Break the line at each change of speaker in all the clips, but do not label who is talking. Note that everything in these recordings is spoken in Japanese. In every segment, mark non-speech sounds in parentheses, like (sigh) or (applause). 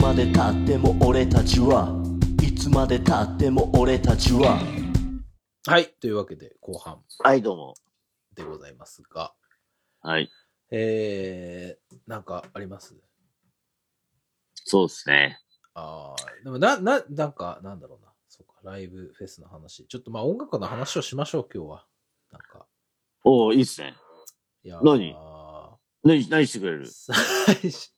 までたっても俺たちはいつまでたっても俺たちは
はい。というわけで、後半
はい、どうも。
でございますが、
はい。
えー、なんかあります
そうですね。
あーでもな、な、なんか、なんだろうな。そうか、ライブフェスの話。ちょっとまあ音楽の話をしましょう、今日は。なんか、
おおいいっすね。
いやー
何何、何してくれる
最初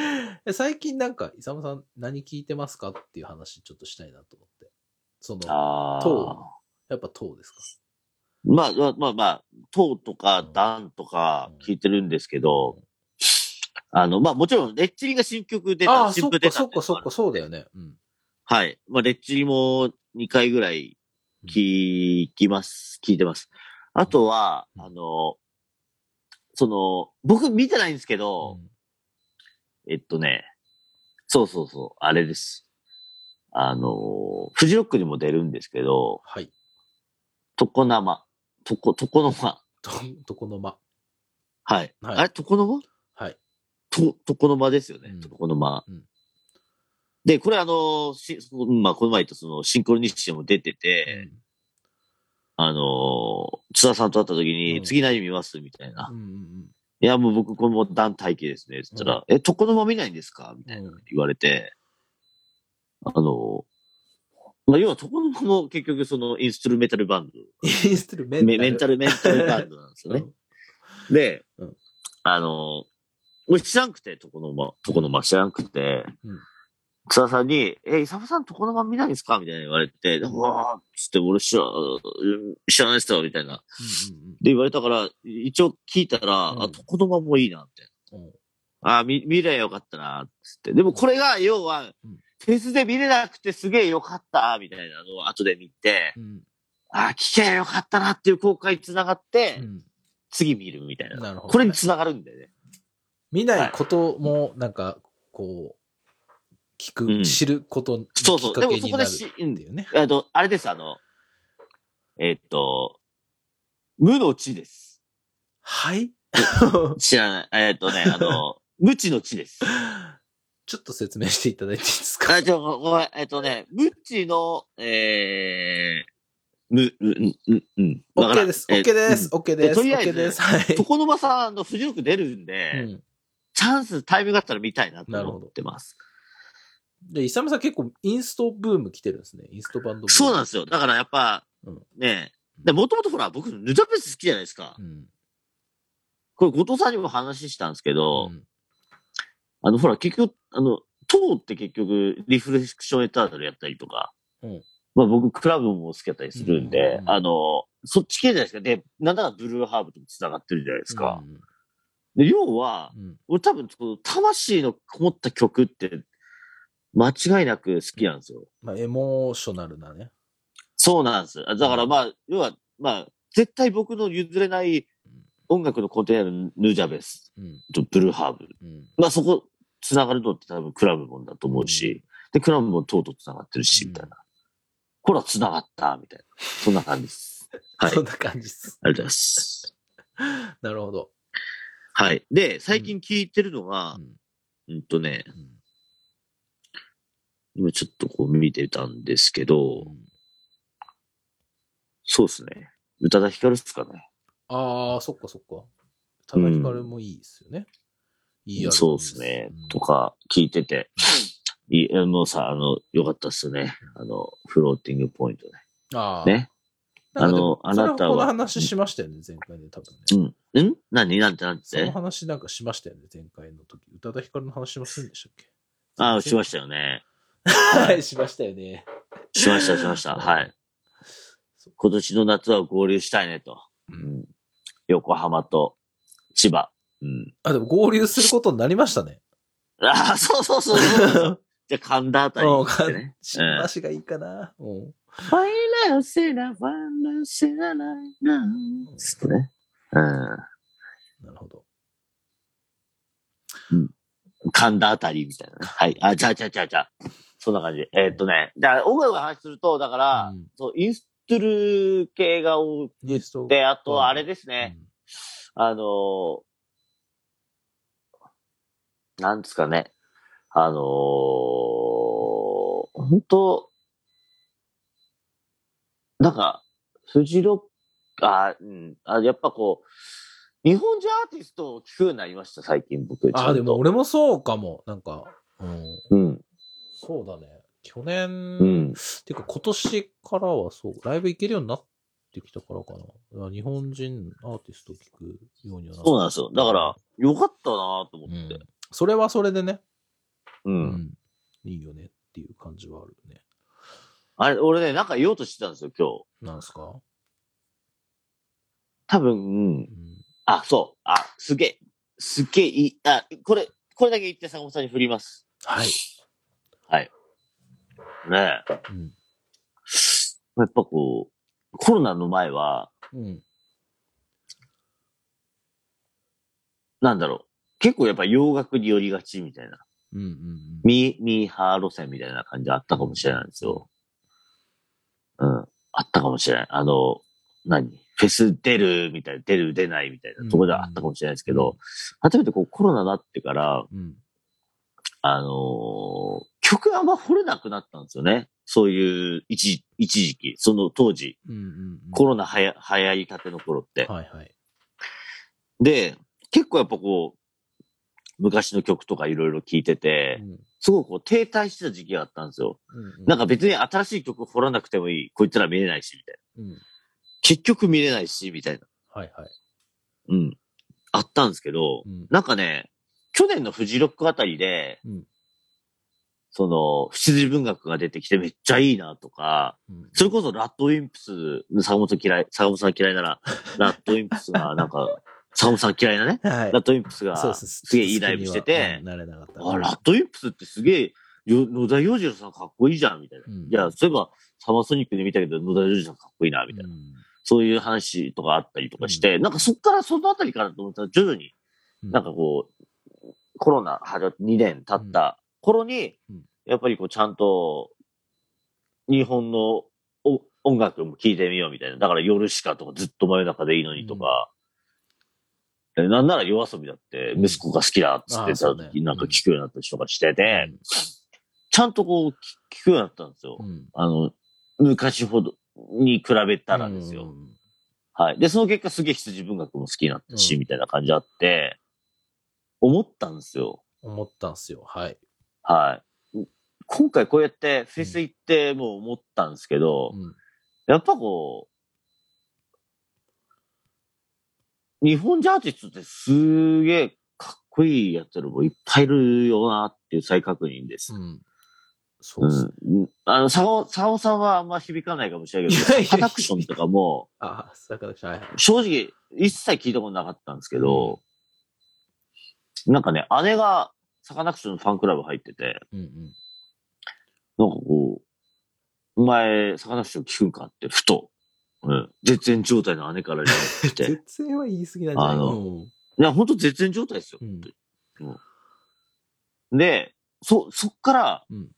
(laughs) え最近なんか、イサムさん何聞いてますかっていう話ちょっとしたいなと思って。その、
あ
と
あ。
やっぱ当ですか
まあ、まあ、まあ、まあ、とうとか
うん、
だんとか
うん
聞いてるんですけど、あの、まあもちろん、レッチリが新曲出
あ
た、
あ、そ
新
っ
譜
か
出た
そっ
ってい
か
うの
そ
もあ
っ
る
か、そうだよね。うん。
はい。まあ、レッチリも2回ぐらい聞きます、聞いてます。あとは、
うん
あの、その、僕見てないんですけど、えっとね、そうそうそう、あれです。あの、フジロックにも出るんですけど、
はい。
床生。床、床の間。
と、とこの間。
はい。
はい
あれ、床の間
はい。
と、床の間ですよね。
うん
床の間。
うん
で、これあの、しうんまあ、この前言ったその、シンクロニシティも出てて、あのー、津田さんと会った時に、
うん
次何見ますみたいな。
うんうん
いや、もう僕、この団体系ですね。つったら、え、床の間見ないんですかみたいな。
うん。
言われて、あの、まあ、要は、とこのこも結局そのインストゥルメンタルバン
インストゥルメ
ド、メメンタ
ル。
ルメンタルバンドなんですよね。で、
うん
あの、俺知らんくて、とこのま、とこのま知らんくて、
うん
草田さんに、え、イサムさんとこのま見ないんですかみたいな言われて、でうわーっつって、俺知ら、知らないっすよ、みたいな。で、言われたから、一応聞いたら、
うん
あ、とこのまもいいな、みたいな。
うんうんうん。
ああ、見、見ればよかったな、つって。でもこれが、要は
うん、
フェスで見れなくてすげえよかった、みたいなのを後で見て、
うん
ああ、聞けばよかったなっていう後悔につながって、
うん
次見るみたいな。
なるほどね
これにつながるんだよね。
見ないことも、なんか、こう、聞
うん
く、知ることのき
そうそ
っ
う。
か
でも
け
そ
に
こ
なる
で
っ
し、
ていうね。
うんえっと、あれです、あの、えっと、無の地です。
はい
知らない。えっとね、あ
(laughs)
の、無知の地です。
ちょっと説明していただいていいですか
あ、ちょ、ごごめん、えっとね、無知の、えー、む、うん、うん、うん。わからん
?OK です。
え
OK です。
うん
OK です。
とりあえ
OK
ず
です。はい。
床の間さんのフジロック出るん
う
で、
ん
チャンス、タイミングがあったら見たいなと思ってます。
で、イサムさん結構インストブーム来てるんですね。インストバンドブーム。
そうなんですよ。だからやっぱ、
うん
ねえ、もともとほら、僕、ヌタペス好きじゃないですか。
うん。
これ、後藤さんにも話したんですけど、
うん
あの、ほら、結局、あの、党って結局、リフレクションエターナルやったりとか、
うん
まあ僕、クラブも好きだったりするんで、
うんうんうん
あの、そっち系じゃないですか。で、なんだかブルーハーブとも繋がってるじゃないですか。
うん
で要は、
うん
俺多分、その魂のこもった曲って、間違いなく好きなんですよ。
まあ、エモーショナルなね。
そうなんです。あだからまあ、要は、まあ、絶対僕の譲れない音楽の根底にあるヌジャベス
うん。
とブルーハーブ。
うん。
まあそこ、つながるのって多分クラブもんだと思うし、で、クラブもとうとうつながってるし、みたいな。ほら、つながった、みたいな。そんな感じ
(laughs)
です。はい。あり
そん
がとう
な感じです。
ございます。
なるほど。
はい。で、最近聞いてるのが
う、ん
うんとね
う、ん
今ちょっとこう見てたんですけ
う
ど、
ん
そうですね。宇多田ヒカルっすかね。
ああ、そっかそっか。ただヒカルもいいですよね。いいアルバム
そうですね。
うん
とか、聞いてて。いやもうさ、あの、よかったっすね。あの、フローティングポイントね。
ああ。
ね。
なんかでも
あのあなたは
それこの話しましたよね、前回で多分ね。
うん。ん何なんてなん
その
て
話なんかしましたよね、前回の時。宇多田ヒカルの話しませんでしたっけ。
あしましたたよね。
はい、 (laughs) しましたよね。
しました、しま (laughs) した。はい。今年の夏は合流したいねと。
う
うんん。横浜と千葉。うん。 (laughs)
あ、でも合流することになりましたね。
ああ、そうそうそうそうそう。 (laughs) じゃあ、神田あたりに行ってね。
新橋がいいかな。うん
ファイナルセラ、ファイナルセラライナー。つってね。う
なるほど。
ん。神田あたりみたいなね。はい。あ、じゃあ、じゃあ、じゃあ、じゃあ。そんな感じ。えーっとね。じゃあ、音楽の話すると、だから、
うん
そう、インストゥル系が多く
インスト
て、あ
うん
と、あれですね、あのーなんですかね、あのー本当なんか、フジロック、あー、うん、あ、やっぱこう、日本人アーティストを聞くようになりました、最近僕。ちゃん
あ
と
あ、でも俺もそうかも。なんか、うん。
うん。
そうだね。去年、
うん。
てか今年からはそう、ライブ行けるようになってきたからかな。だから日本人アーティスト聞くようにはなった
そうなんですよ。だから、、よかったなと思
うん
って。
それはそれでね、
う。
うんいいよねっていう感じはあるね。
あれ、俺ね、なんか言おうとしてたんですよ、今日。
なんすか、
多分
う、ん、
あ、そう。あ、すげえ。すげえいい。あ、これ、これだけ言って坂本さんに振ります。
はい、
ねえ。
うん
やっぱこう、コロナの前は、
うん。
なんだろう。結構やっぱ洋楽に寄りがちみたいな。
うんうんうん。
ミー、ミーハー路線みたいな感じあったかもしれないんですよ。うん。あったかもしれない。あの、何フェス出るみたいな、出る出ないみたいなところではあったかもしれないですけど、改めてこうコロナになってから、
うん。
あのー曲あんま掘れなくなったんですよね。そういう一時、一時期、その当時、
うんうんうん。
コロナはや流行りたての頃って。
はいはい。
で、結構やっぱこう、昔の曲とかいろいろ聴いてて
う、ん
すごくこう停滞してた時期があったんですよ。
うん
なんか別に新しい曲掘らなくてもいい。こいつら見れないし、みたいな。
うん、うん。
結局見れないし、みたいな。
はいはい。
うん。あったんですけど、
うん
なんかね、去年のフジロックあたりで、
うん
その、不思議文学が出てきてめっちゃいいなとか、
うん
それこそラッドウィンプス、坂本嫌い、坂本さん嫌いな
(laughs)
ら、ラッドウィンプスが、なんか、坂本さん嫌いなね、
はい
ラッ。ドウィンプスが、
そうですす。
げえいいライブしてて
好きにはうん慣れなかった。
あ、ラッドウィンプスってすげえ、よ野田洋次郎さんかっこいいじゃん、みたいな。
うん
いや、そういえば、サマーソニックで見たけど、野田洋次郎さんかっこいいな、みたいな。そういう話とかあったりとかして、なんかそっからそのあたりからと思ったら徐々に、
うん
なんかこう、コロナは2年経った頃に、
うん
やっぱりこうちゃんと日本のお音楽も聴いてみようみたいな。だから夜しかとかずっと真夜中でいいのにとか、でなんなら夜遊びだって息子が好きだっつって
あ
さ、
ーそうね
なんか聴くようになったりとかしてて、
うん
ちゃんとこう聴くようになったんですよ。
うん。
あの、昔ほどに比べたらですよ。
うんうん
はい。で、その結果すげえ羊文学も好きになったし、
うん
みたいな感じあって、思ったんですよ。
思ったんすよ。はい。
はい。今回こうやってフェス行ってもう思ったんですけど、
うん
やっぱこう、日本人アーティストってすげえかっこいいやつらもいっぱいいるよなっていう再確認です。
うん。そううんっすね。
あの、サオ、サオさんはあんま響かないかもしれないけ
いやいや
ど、
いや
カタクションとかも、
あ、坂田さん。はいはい
正直、一切聞いたことなかったんですけど、なんかね、姉がサカナクションのファンクラブ入ってて、
うんうん。
なんかこう、お前、サカナクション聞くんかって、ふと、うん、絶縁状態の姉から連絡来て、い
(laughs) 絶縁は言い過ぎなんじゃない
あの
うん
や、ほんと絶縁状態ですよ。
うん
で、そ、そっから、
うん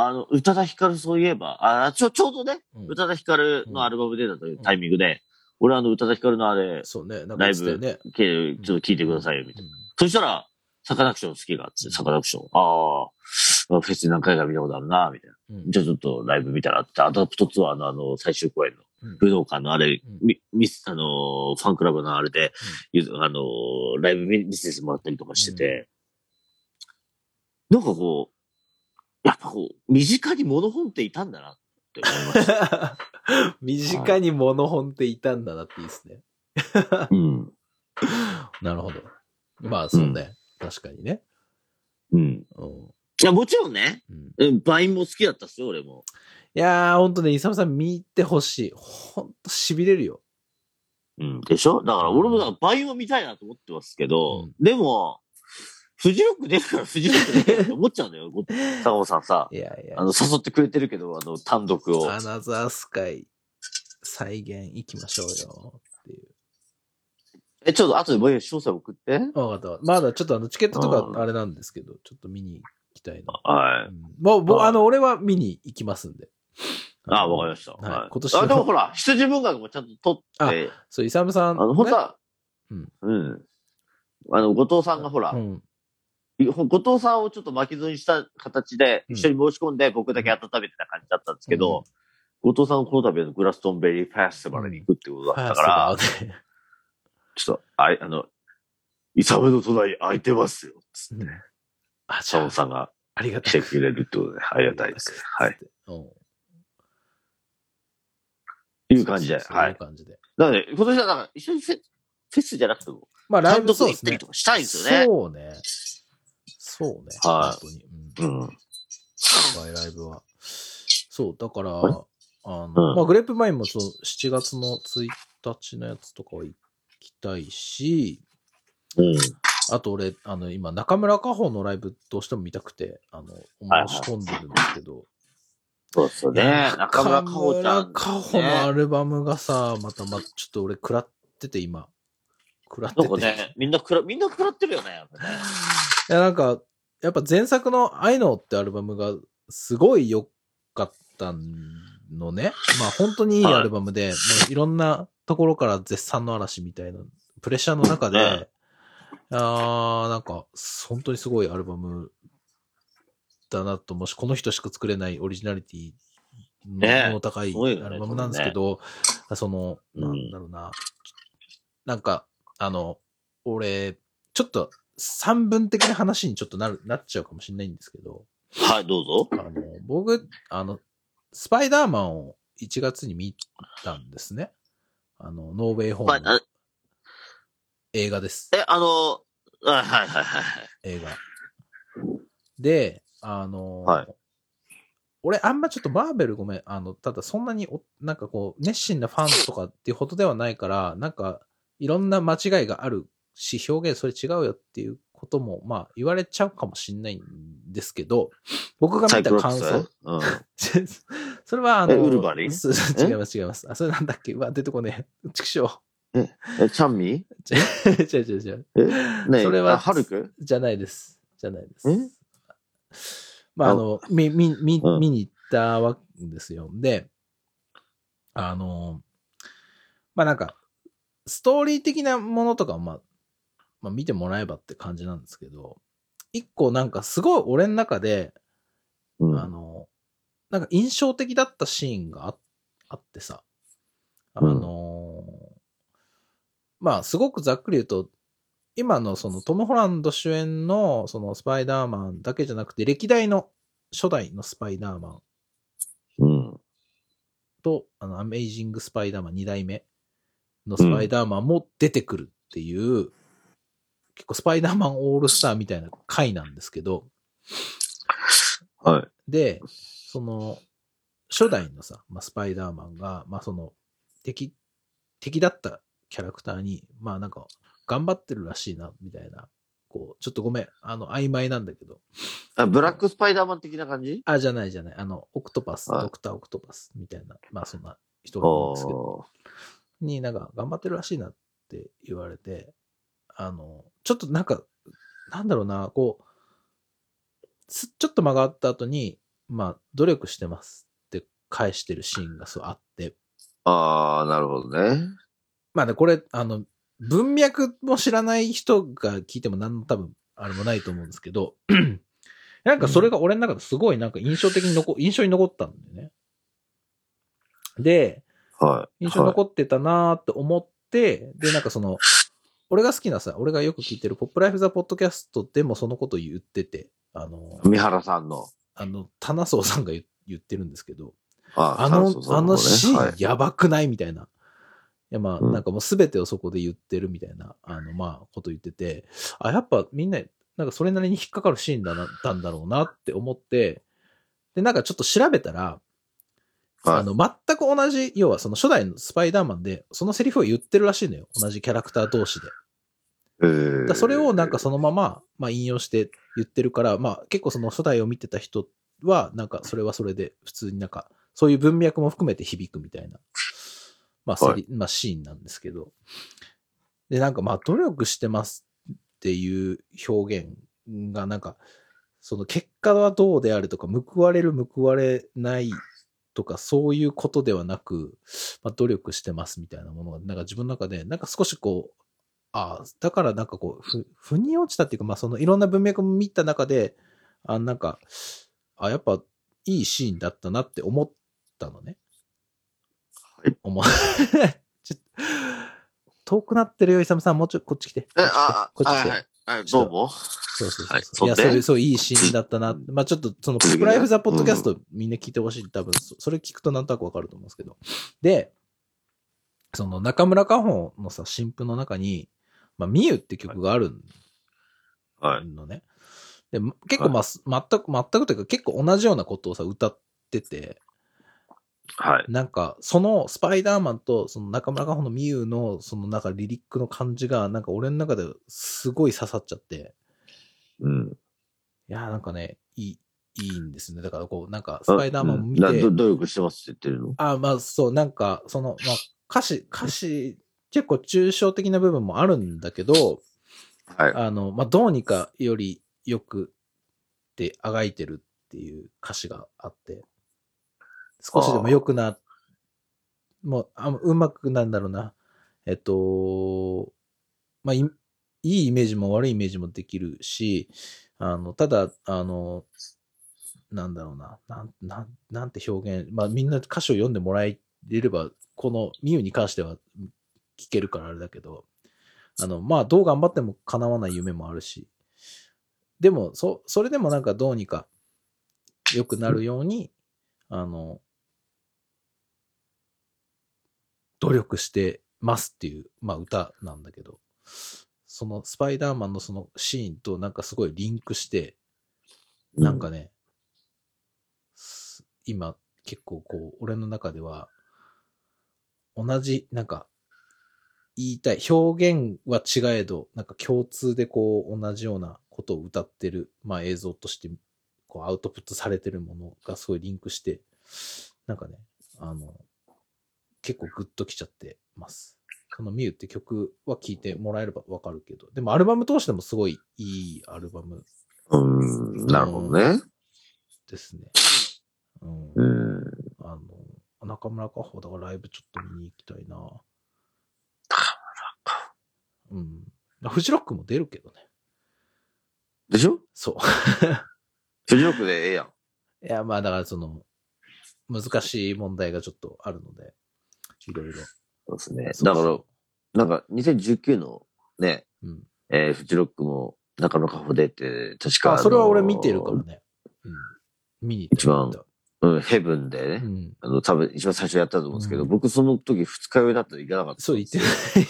あの、宇多田ヒカルそういえば、あ、ちょ、ちょうどね、
うん
宇多田ヒカルのアルバム出たというタイミングで、俺あの、宇多田ヒカルのあれ、
そうね。なんか
ラ
言
イ
ってたよ
ブ、
ね。
けちょっと聞いてくださいよ、みたいな。
うん
そしたら、サカナクション好きがあって、サカナクション。ああ、フェス何回か見たことあるな、みたいな。
うん
じゃあちょっとライブ見たらって、アダプトツアーのあの、最終公演の
うん、
武道館のあれ
うん、 (laughs)
みミス、あのー、ファンクラブのあれで、ゆずあのー、ライブ見見せてもらったりとかしてて、なんかこう、やっぱこう、身近にモノ本っていたんだなって思いました。
身近にモノ本っていたんだなっていいっすね。
(laughs) うん。
なるほど。まあ、そうね。確かにね。
うん。
うん
いや、もちろんね、
うん
うん、バインも好きだったっすよ、俺も。
いやー、ほんとね、イサムさん見てほしい。ほんと痺れるよ。
うん、でしょだから俺もだから倍を見たいなと思ってますけど、
うん
でも、フジロック出るからフジロック出るからって思っちゃうん
(laughs)
だよ。ご坂本さんさ、
いやいや
あ。の、誘ってくれてるけど、あの、単独を。
アナザースカイ再現行きましょうよっていう。
え、ちょっと後でもう詳細送って。
わかった。まだちょっとあのチケットと
うん
かあれなんですけど、ちょっと見に行きたいな。
は
う
い。
ん、もう、もう
あ
あの、俺は見に行きますんで。
あわかりました。
はい
はい。
今年は
あ、でもほら、羊文学もちゃんと取って、
そう、イサムさ
あ
ん。
の、本当
ね
は、
うん
うん。あの、後藤さんがほら、
うん。
後藤さんをちょっと巻き添えにした形で、
うん
一緒に申し込んで僕だけ温めてた感じだったんですけど、後藤さんはこの度グラストンベリーファースティバルに行くってことだったから、
そうだね
ちょっと、あい、あの、イサメの隣空いてますよ。つって、
(laughs) あ、じ
サ
ゃ
モ
あ
ンさんが
ありが
来
た
て
い。
くれるってことで、ありがたいです。はい。っ
うん。って
いう感じで、は
いう
い。
感じで。
なので、今年はなんか、一緒にフェフェスじゃなくても、
まあ、ライ
単
ブ
独
そう
に
で
行ったり
すね
と。かしたいですよね。
そうね。そうね。
はい
本当に。うん。
うん。
今回ライブは。そう、だから、
はい
あの、
うん
まあ、グレープマインもそう、7月の1日のやつとかは行きたいし、
うん。
あと俺、あの、今、中村佳穂のライブどうしても見たくて、あの、申し込んでるんですけど、
そうですよね。中村かほちゃん。
中村佳穂のアルバムがさ、またま、ちょっと俺、食らってて、今。食らって
な
て。
んかね、みんなくら、みんな食らってるよね。やっぱね
いや、なんか、やっぱ前作の愛のってアルバムがすごい良かったのね。まあ本当にいいアルバムで、い、もういろんなところから絶賛の嵐みたいな、プレッシャーの中で、
うん
あー、なんか、本当にすごいアルバムだなと、もしこの人しか作れないオリジナリティ
ねえ
の高い
すごいよね
アルバムなんですけど、その、
うん
なんだろうな、なんか、あの、俺、ちょっと、三分的な話にちょっとなる、なっちゃうかもしれないんですけど、
はい、どうぞ
あ。の、僕、あの、スパイダーマンを1月に見たんですね。あの、ノーウェイホ
ま
ー
あ
ムの
あ
映画です。
え、あの、あはいはいはいはい。
映画。で、あの、
はい
俺あんまちょっとマーベルごめん、あの、ただそんなにお、なんかこう、熱心なファンとかっていうほどではないから、なんか、いろんな間違いがあるし、表現それ違うよっていうことも、まあ、言われちゃうかもしんないんですけど、僕が
サ
見
イク
た
ロプ
感想
ス。うん。
(laughs) それは、あの、
えウルヴァリン
そうそう違います、違います。あ、それなんだっけうわ、出てこねえ。ちくしょう。
え、チャン
(laughs)
ミ
違う違う違う違う。
えね
それは
あハルク
じゃないです。じゃないです。
え
まあ、あの、み、み、み、
うん
見に行ったわけですよ。で、あの、まあなんか、ストーリー的なものとかは、まあ、まあ見てもらえばって感じなんですけど、一個なんかすごい俺の中で、
う
あの、なんか印象的だったシーンがああってさ、あのーまあ、すごくざっくり言うと、今のそのトム・ホランド主演のそのスパイダーマンだけじゃなくて、歴代の初代のスパイダーマン
うん。
と、あの、アメイジング・スパイダーマン2代目のスパイダーマンも出てくるっていう、結構スパイダーマンオールスターみたいな回なんですけど、
はい。
で、その、初代のさ、まあ、スパイダーマンが、まあ、その、敵、敵だったキャラクターに、まあ、なんか、頑張ってるらしいな、みたいな。こう、ちょっとごめん、あの、曖昧なんだけど。
あ、ブラックスパイダーマン的な感じ
あ、じゃないじゃない。あの、オクトパス、
はい
ドクターオクトパス、みたいな、まあ、そんな人
あ
がいるんですけど。
ー
になんか頑張ってるらしいなって言われて、あの、ちょっとなんか、なんだろうな、こう、すちょっと曲がった後に、まあ、努力してますって返してるシーンがそうあって、
あー、なるほどね。
まあね、これ、あの、文脈も知らない人が聞いても何の多分、あれもないと思うんですけど、 (clears throat) なんかそれが俺の中ですごいなんか印象的に残、印象に残ったんだよね。で、
はい。
印象に
はい
残ってたなーって思って、で、なんかその、俺が好きなさ、俺がよく聞いてるポップライフザポッドキャストでもそのこと言ってて、あの、
三原さんの。
あの、棚荘さんが言言ってるんですけど、
あ
あの、あのシ
は
ー
い
ン。やばくないみたいな。いやまあ、
うん
なんかもう全てをそこで言ってるみたいな、あの、まあ、こと言ってて、あ、やっぱみんな、なんかそれなりに引っかかるシーンだな、たんだろうなって思って、で、なんかちょっと調べたら、
はい
あの、全く同じ、要はその初代のスパイダーマンで、そのセリフを言ってるらしいのよ。同じキャラクター同士で。
え
だ
ー
からそれをなんかそのまま、まあ引用して言ってるから、まあ結構その初代を見てた人は、なんかそれはそれで普通になんか、そういう文脈も含めて響くみたいな、まあセリ、
は
まあシーンなんですけど。で、なんかまあ努力してますっていう表現がなんか、その結果はどうであるとか、報われる報われないとか、そういうことではなく、まあ、努力してますみたいなものが、なんか自分の中で、なんか少しこう、ああ、だからなんかこう、ふ、腑に落ちたっていうか、まあそのいろんな文脈も見た中で、あ、なんか、あ、やっぱいいシーンだったなって思ったのね。
はい。
思う。 (laughs) ちょっと遠くなってるよ、イサムさん。もうちょいこっち来て。
え、あ、
こっち来て。こっち
はい
来て
はい。はい、どうも。
そうそうそうそう。
はい
い、
そん
や、
で
そういう、そう、いいシーンだったな。まあちょっと、その、
続けて
プライフザポッドキャストみんな聞いてほしい。多分、そそれ聞くとなんとなくわかると思うんですけど。で、その、中村佳穂のさ、新譜の中に、まあ、ミユって曲がある
はい。
のね。で、ま結構、まあ、す全く、全くというか、結構同じようなことをさ、歌ってて、
はい。
なんか、その、スパイダーマンと、その、中村佳穂のミユの、その、なんか、リリックの感じが、なんか、俺の中ですごい刺さっちゃって。
うん。
いやー、なんかね、いい、いいんですね。だからこう、なんか、スパイダーマンを見
うんな
て、
ど努力してますって言ってるの
あーまあそう、なんか、その、まあ、歌詞、歌詞、結構抽象的な部分もあるんだけど、
はい。
あの、まあ、どうにかよりよくってあがいてるっていう歌詞があって、少しでも良くな、もう、あうまくなんだろうな、えっと、まあ、いいいイメージも悪いイメージもできるし、あの、ただ、あの、なんだろうな、なん、なん、なんて表現、まあみんな歌詞を読んでもらえれば、このミユに関しては聞けるからあれだけど、あの、まあどう頑張っても叶わない夢もあるし、でも、そ、それでもなんかどうにか良くなるように、あの、努力してますっていう、まあ歌なんだけど、そのスパイダーマンのそのシーンとなんかすごいリンクして、なんかね、す今結構こう、俺の中では、同じ、なんか、言いたい、表現は違えど、なんか共通でこう、同じようなことを歌ってる、まあ映像として、こう、アウトプットされてるものがすごいリンクして、なんかね、あの、結構グッときちゃってます。このミュウって曲は聴いてもらえればわかるけど、でもアルバム通してもすごいいいアルバム
うん。なるほどね。
ですね。うん
う。ん。
あの、中村佳穂だからライブちょっと見に行きたいな。うん。フジロックも出るけどね。
でしょ
そ
フジロックでええやん。
う。 (laughs) いや、まあだからその、難しい問題がちょっとあるので、いろいろ。
そうですね
そ
だ
う
から、なんか2019のね、
うん。
えーフジロックも中野カフでって、確か。
あ、それは俺見てる
あ
から
の
ね。うん。見に行った。
一番うん、ヘブンでね。
うん。
あの、多分一番最初やったと思うんですけど、
うん
僕その時二日酔いだったら行かなかった。
そう言ってないっす。ない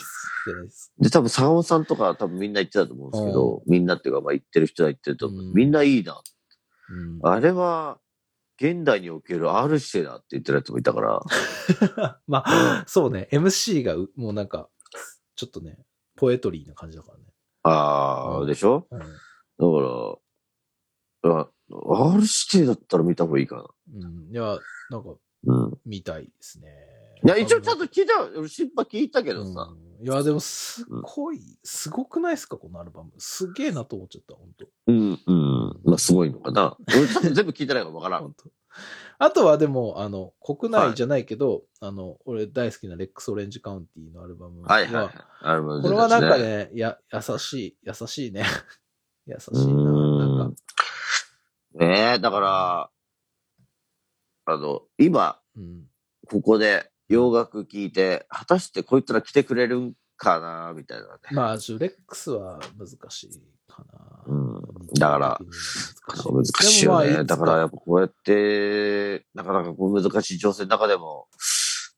っす
で、多分坂本さんとか多分みんな行ってたと思うんですけど、みんなっていうか、まあ行ってる人は行ってると思う。
うん
みんないいな。
うん。
あれは、現代における R してだって言ってるやつもいたから、
まあ、そうね。MC がうもうなんか、ちょっとね、ポエトリーな感じだからね。
あ
う
ー、
ん
でしょだから、あ R 指定だったら見た方がいいか
うん。うん、いや、なんか、
な。うん。
みたいですね。
いや、一応ちゃんと聞いたよ。俺、心配聞いたけ
け
どさ。
いや、でも、すごい、すごくないですか、このアルバム。すげえなと思っちゃった、本当
うん、うん。まあ、すごいのかな。俺、ちょっと全部聞いてないからわからん。
本当あとはでも、あの、国内じゃないけど、あの、俺大好きなレックス・オレンジ・カウンティのアルバム
はいはいはい。あれも
これはなんかね、や、優しい、優しいね。 (laughs) 優しいな、なんか。
ねえ、だから、あの、今、
うん。
ここで洋楽聞いて、果たしてこいつら来てくれるんかな、みたいなね。
まあ、ちょレックスは難しいかな。
うんだから難しいよね。だからやっぱこうやって、なかなかこう難しい情勢の中でも、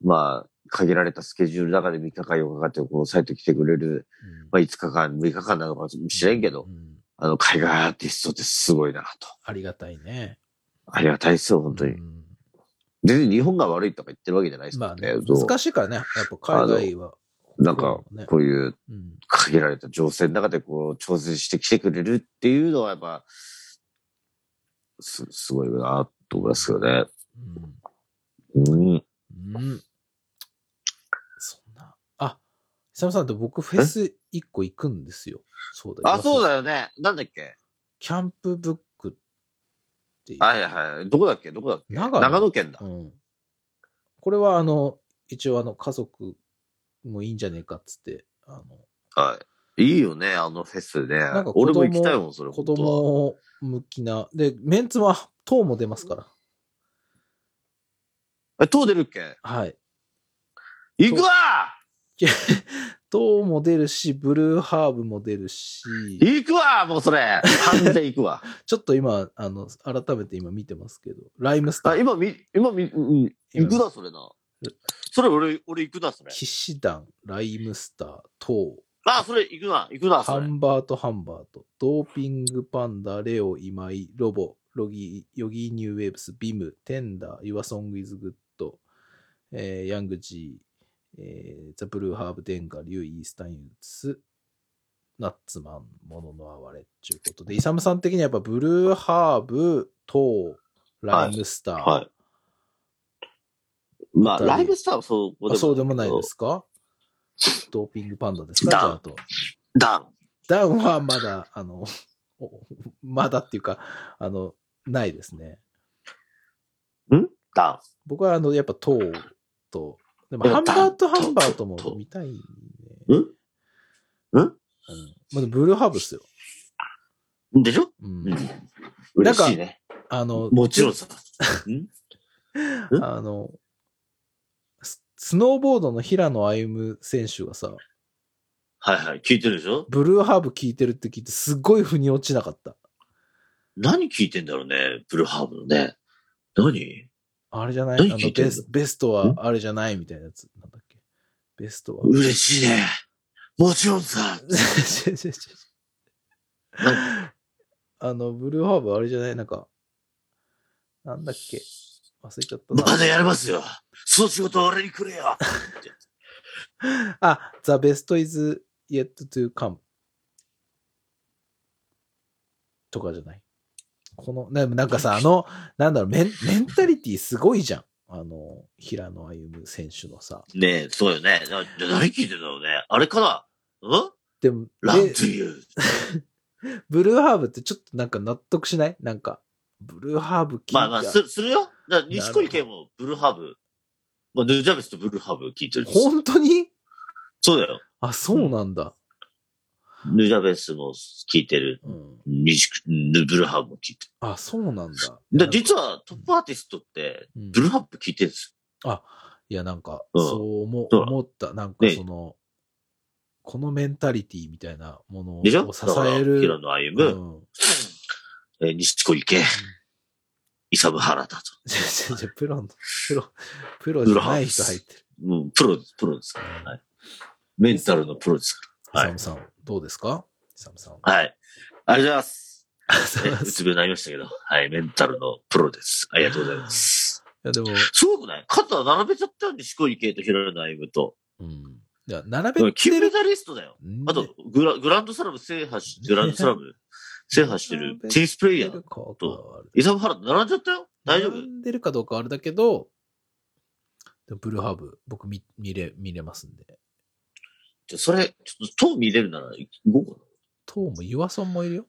まあ、限られたスケジュールの中で3日間4日間ってこうサイト来てくれる、まあ5日間、6日間なのかもしれんけど、
うんうん
あの、海外アーティストってすごいなと。
ありがたいね。
ありがたいですよ、本当
う
に。
ん
全然日本が悪いとか言ってるわけじゃないです
ま
か
あ、ね
らね。、そう
難しいからね。やっぱ海外は。
なんか、
ね
こういう
うん
限られた情勢の中でこう、調整してきてくれるっていうのはやっぱ、す、すごいなと思いますけどね。うん。
うん。うん。そんな。あ、久野さんって僕フェス一個行くんですよ。そうだ
あ、そう
よ。
だよね。なんだっけ
キャンプブックっていう。
はいはい。どこだっけどこだっけ
長野
長野県だ
う。ん。これはあの、一応あの、家族もいいんじゃねえかっつって、あの、
はい。いいよね、あのフェスね。
んか子供
俺も行きたいもん、それ。
子
本当は
供向きな。で、メンツは、等も出ますから。
え、塔出るっけ
はい。
行くわ
等も出るし、ブルーハーブも出るし、
行くわもうそれ完全行く
(laughs)
わ。
ちょっと今、あの、改めて今見てますけど、ライムスタ
あ、
ー、
今み、今み、うん行くな、それな。それ俺、俺行くな、それ。
騎士団、ライムスター、等、
あ、それ行くな、行くな、
ハ
それ。
ンバート、ハンバート、ドーピング、パンダ、レオ、今井、ロボ、ロギー、ヨギー、ニューウェーブス、ビム、テンダー、ユアソングイズグッド、えーヤングジー、えーザ・ブルーハーブ、デンガ、リュウ、イースタインユーツ、ナッツマン、モノノアワレ、ということで、イサムさん的にはやっぱブルーハーブ、トー、ライムスター、
はい。まあ、
また
ライブスターはそう。
あそうでもないですす (laughs) かドーピングパンダですか
ダウン
じゃああと。
ダウン。
ダウンはまだ、あの、おまだっていうか、あの、ないですね。
ダ
僕は、あの、やっぱ、トーと、でも、
いや
ハンバート、
ダウン
ハンバートも
トウ
見たいね。
うんん
うんまあ、ブルーハーブっすよ。
ウン。でしょ
うん
うん。嬉しいね。
あの、
もちろんさ。ん
あの、ススノーボードの平野歩夢選手がさ、
はいはい。聞いてるでしょ
ブルーハーブ聞いてるって聞いて、すごい腑に落ちなかった。
何聞いてんだろうね、ブルーハーブのね。何
あれじゃないあ
何
の
聞いてんの
ベス、ベストはあれじゃないみたいなやつ。なんだっけベストは。
嬉しいね。もちろんさ。
違う違う違う (laughs) あの、ブルーハーブあれじゃないなんか、なんだっけ忘れちゃった
まだ
な。
やれますよ。その仕事は俺にくれよ。って
あ、The best is yet to come. とかじゃないこの、でもなんかさ、あの、なんだろう、メンメンタリティすごいじゃん。あの、平野歩夢選手のさ。
ねえ、そうよね。なじゃあ何聞いてんだろうね。あれかなん
でも、
ラン
で
という。
ブルーハーブってちょっとなんか納得しないなんか、ブルーハーブ聞いて、
まあまあ、すするよ。だから西小池もブルーハーブ。まあ、ヌジャベスとブルーハーブ聞いてるんですよ
本当に
そうだよ。
あ、そうなんだ。
ヌジャベスも聞いてる。
うん。
西小ヌブルーハーブも聞いて
あ、そうな
る。
んだ。
だから
なんか
実はトップアーティストって、
うん
ブルーハーブ聞いてるんです
いや、なんか、
うん
そう思う
そう
思った。なんか
ね
その、このメンタリティみたいなもの
よ。
を
でしょ
支
だから
え
平
る。
野歩
う
夢、
ん。 (laughs)
えー西小池、イサム原田と。
じゃじゃじゃプロの、プロ、プロじゃない人入ってる。
うん、プロ、プロですから。はい。メンタルのプロですか
イ
は
サ
い
ムさん、どうですかイサムさん。
ら。はい。ありがとうございます。
あそう (laughs)
ね (laughs)
なん
う
です
つ病になりましたけど、はい、メンタルのプロです。ありがとうございます。
いや、でも、
すごくない肩並べちゃったよね、しこい系と平野歩夢と。
うん。いや、並べて
金メ
る。
ダリストだよ。あと、グラグランドスラム制覇し、グランドスラム制覇してるテニスプレイヤー。
と
イサムハラと並んじゃったよ大丈夫
並んでるかどうかはあれだけど、でもブルーハーブ、僕見見れ、見れますんで。
じゃそれ、ちょっと、塔見れるなら行こうか
トーもユアソンもいるよ。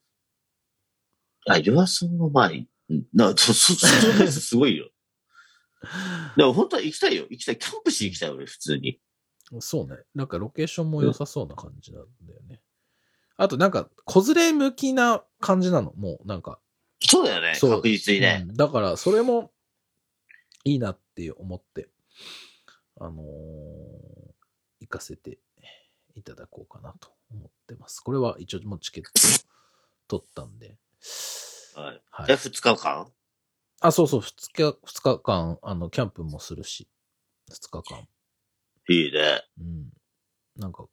な。あ、ヨアソンの前。うんな、そ、そ、そのペースすご
(laughs)
いよ。でも本当は行きたいよ。行きたい。キャンプしに行きたい、俺、普通に。
そうね。なんかロケーションも良さそうな感じなんだよね。あとなんか、子連れ向きな感じなの。もうなんか。
そうだよね。
そう
確実にね。
うんだから、それもいいなって思って、あのー行かせていただこうかなと思ってます。これは一応もうチケット取ったんで。
はい。
は
じゃあ、二日間
あ、そうそう、二日、二日間、あの、キャンプもするし、二日間。
いいね。
うん。なんか、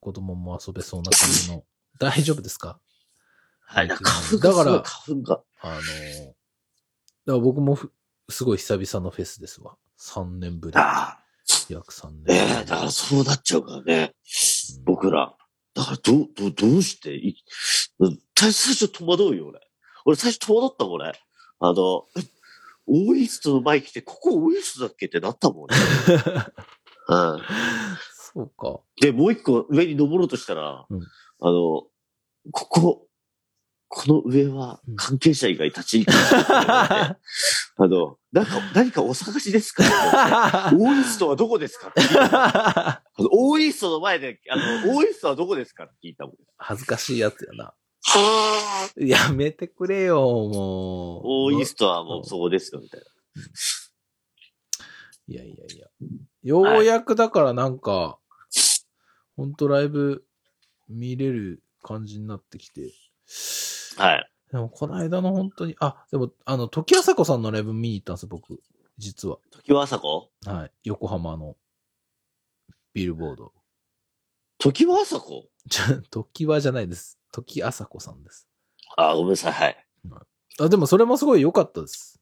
子供も遊べそうな感じの。 (laughs) 大丈夫ですか
はい。
だ
だ
か
からら花粉がすごい、
だか
花粉が。
らあのーだから僕もふ、すごい久々のフェスですわ。3年ぶり。
ああ。
約3年ぶ
ね
り。
え、だからそうなっちゃうからね。
うん
僕ら。だから、どう、どう、どうしてい、最最初戸惑うよ、俺。俺、最初戸惑ったもん、俺。あの、え大イーストの前来て、ここ大イーストだっけってなったもん、ね、うん。
そうか。 (laughs)
で、もう一個上に登ろうとしたら、
う
あ
ん
の、ここ、この上は関係者以外立ち入り禁止って言われてああの、なんか、何かお探しですか大イーストはどこですかあの大イーストの前で、あの、大イーストはどこですかって聞いたもん。
恥ずかしいやつやな。やめてくれよ、も
大
う。
イーストはもうそこですよ、みたいな。
いやいやいや。ようやくだからなんか、ほんとライブ見れる感じになってきて。
はい。
でもこの間の本当に、あ、でもあの、時あさこさんのライブ見に行ったんですよ、僕。実は。
時は朝子
はい。横浜のビルボード。
時は朝子
じゃ、時はじゃないです。時あさこさんです。
あー、ごめんなさい、はい。
あ、でもそれもすごい良かったです。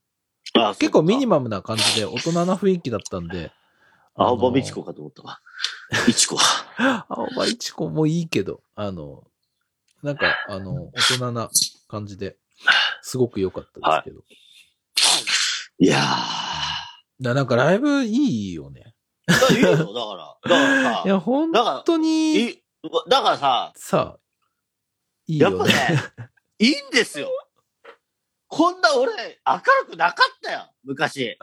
あー
結構ミニ
マ
マムな感じで大人な雰囲気だったんで。
青葉
あの
美智子かと思ったわ。美智子。
青葉一子もいいけど、あの、なんか、あの、大人な感じで、すごく良かったですけど。
いやー。
だなんかライブいいよね。
だから言うよ、だから。だからさ
い、や、本
だから
当に、
いだからさ、
さ、いい
やっ
よ
ぱ
ね
ね。、いいんですよ。こんな俺、明るくなかったよ、昔。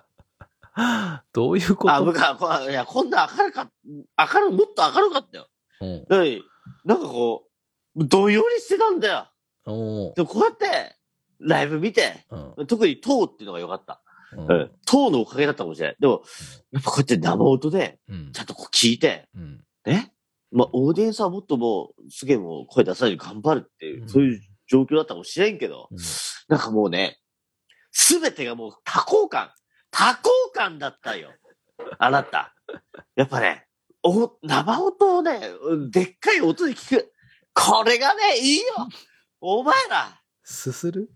(laughs) どういうこ
あ、
と
昔、こいや、こんな明るかっ明る、もっと明るかったよ。
うん。
だからなんかこう、どんよりしてたんだよ。
おー
でもこうやって、ライブ見て、
うん。
特に塔っていうのが良かった。
うん。
うん。塔のおかげだったかもしれない。でも、やっぱこうやって生音で、
うん
ちゃんとこう聞いて、
うん。
ね。まあ、オーディエンスはもっともう、すげえもう声出さないで頑張るっていう、そういう状況だったかもしれんけど、
うん
なんかもうね、すべてがもう多幸感、多幸感だったよ。あなた。やっぱね、お、生音をね、でっかい音で聞く。これがね、いいよお前ら
す
(laughs)
する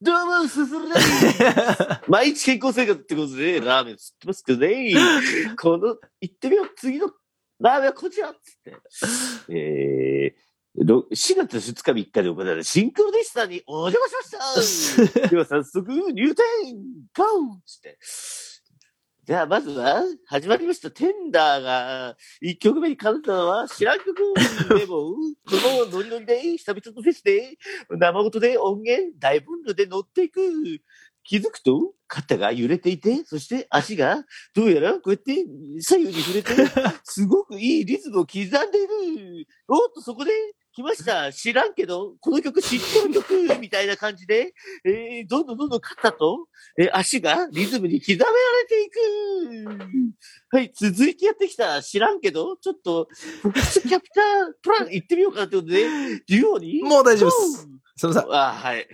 どうも、すするです毎日健康生活ってことで、ラーメン吸ってますけどね。この、行ってみよう次のラーメンはこちらっつって。えー、ろ4月2日3日で行われたシンクロデスタにお邪魔しましたでは早速、入店ゴーつって。じゃあ、まずは、始まりました。テンダーが、1曲目に奏ったのは、知らん曲でも、このノリノリで、久々のフェスで、生音で音源、大分量で乗っていく。気づくと、肩が揺れていて、そして足が、どうやらこうやって左右に触れて、すごくいいリズムを刻んでいる。おっと、そこで、来ました。知らんけど、この曲知ってる曲みたいな感じで、えー、どんどんどんどん肩と、えー足がリズムに刻められていく。はい、続いてやってきた。知らんけど、ちょっと、フォックスキャピタープラン行ってみようかなってことで、竜王に。
もう大丈夫です。すみませ
あ、はい。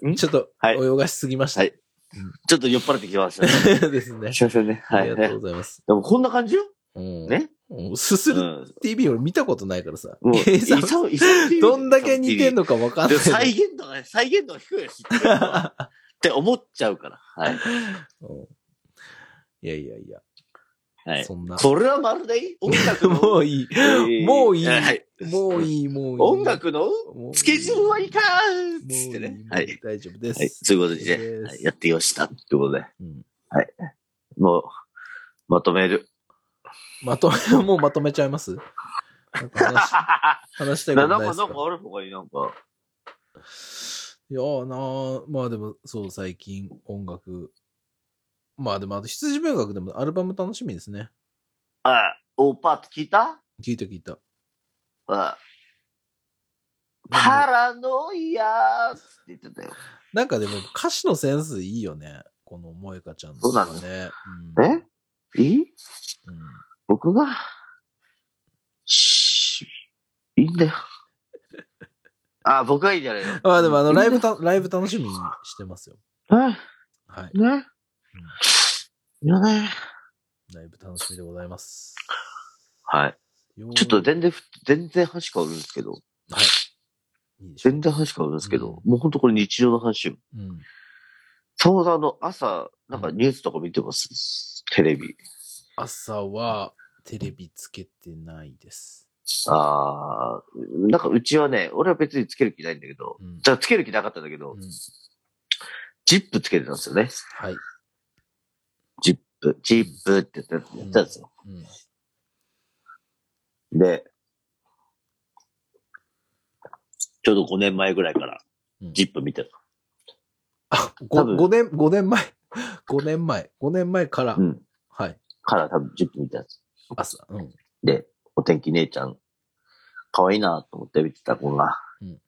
うん
ん。ちょっと、
はい
泳がしすぎました。
はいちょっと酔っ払ってきましたね。
(laughs) ですね。
すいませんね。
あ
はい。
りが
で
とうございます。
もこんな感じよ。
うん
ね。
うんすす
う
る
ん。
TV 俺見たことないからさ。 (laughs)
もう、
え
イ
さ
サム、イサム TV
どんだけ似てんのかわかん
で
ない。
再現度が、再現度が低いよ、知ってる人はって思っちゃうから。はい。
うんいやいやいや、
はい。
そんな。
これはまるでいい音楽の。
(laughs) もういい。
えー
もういい
はい。
もういい、もういい。
音楽の
もういい、
スケジュールはいかん
もうい
つ
い
ってね。
もう
はいい
い。大丈夫です。
はい。そういうことで
です
ね、はいやってよした。ってことで。
うん
もう、まとめる。
まとめ、 (laughs) もうまとめちゃいますなんか話し話したいこ
な
と
ん
な
か、
いで
なん
すか
かある他になんか。
いやーなーまあでも、そう、最近音楽。まあでも、あと羊文学でもアルバム楽しみですね。
あ、オーパート聞いた
聞いた聞いた。
あパラノイアーって言ってたよ。
なんかでも歌詞のセンスいいよね。この萌香ちゃんの、ね。
そうなの
ね。
えいい
うん
僕が、しいいんだ
(laughs)
よ。あ、僕はいいんじゃないよ。
あでもあの、
いいね
ライブた、ライブ楽しみにしてますよ。
はい。
はい。
ね。いやね。
ライブ楽しみでございます。
はい。
よー
ちょっと全然ふ、全然話変わるんですけど、
いいでしょ
全然話変わるんですけど、
う
もうほんとこれ日常の話よ。
うん。
沢田の朝、なんかニュースとか見てます。テレビ。
朝は、テレビつけてないです。
あー、なんかうちはね、俺は別につける気ないんだけど、
うん。
じゃあつける気なかったんだけど
う、ん
ジップつけてたんですよね。
はい。
ジップ、ジップってやってたんですよ。
うん。
で、ちょうど5年前ぐらいから
うん、
ジップ見てた。
あ、
多
5,
分
5年、5年前。5年前。5年前から、
うん。
はい。
から多分10分見たやつ。
朝、うん。
で、お天気姉ちゃん、可愛いなと思って見てた子が、
うん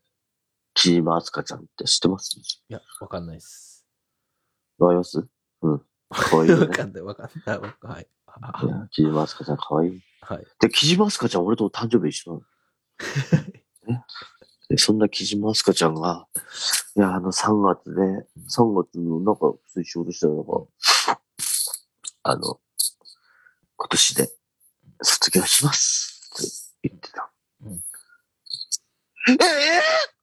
チーマアスカちゃんって知ってます
いや、わかんないです。
わかりますうん。可愛いよ
わ
ね
か。んない、わかんない。わかんない
い
はい。
やキジマスカちゃん可愛い。
はい。
で、キジマスカちゃん俺と誕生日一緒な
(laughs)
の。ねでそんなキジマスカちゃんが、いや、あの3月で、3月のなんか普通に仕事したらなんか、あの、今年で卒業しますって言ってた。
うん
ええー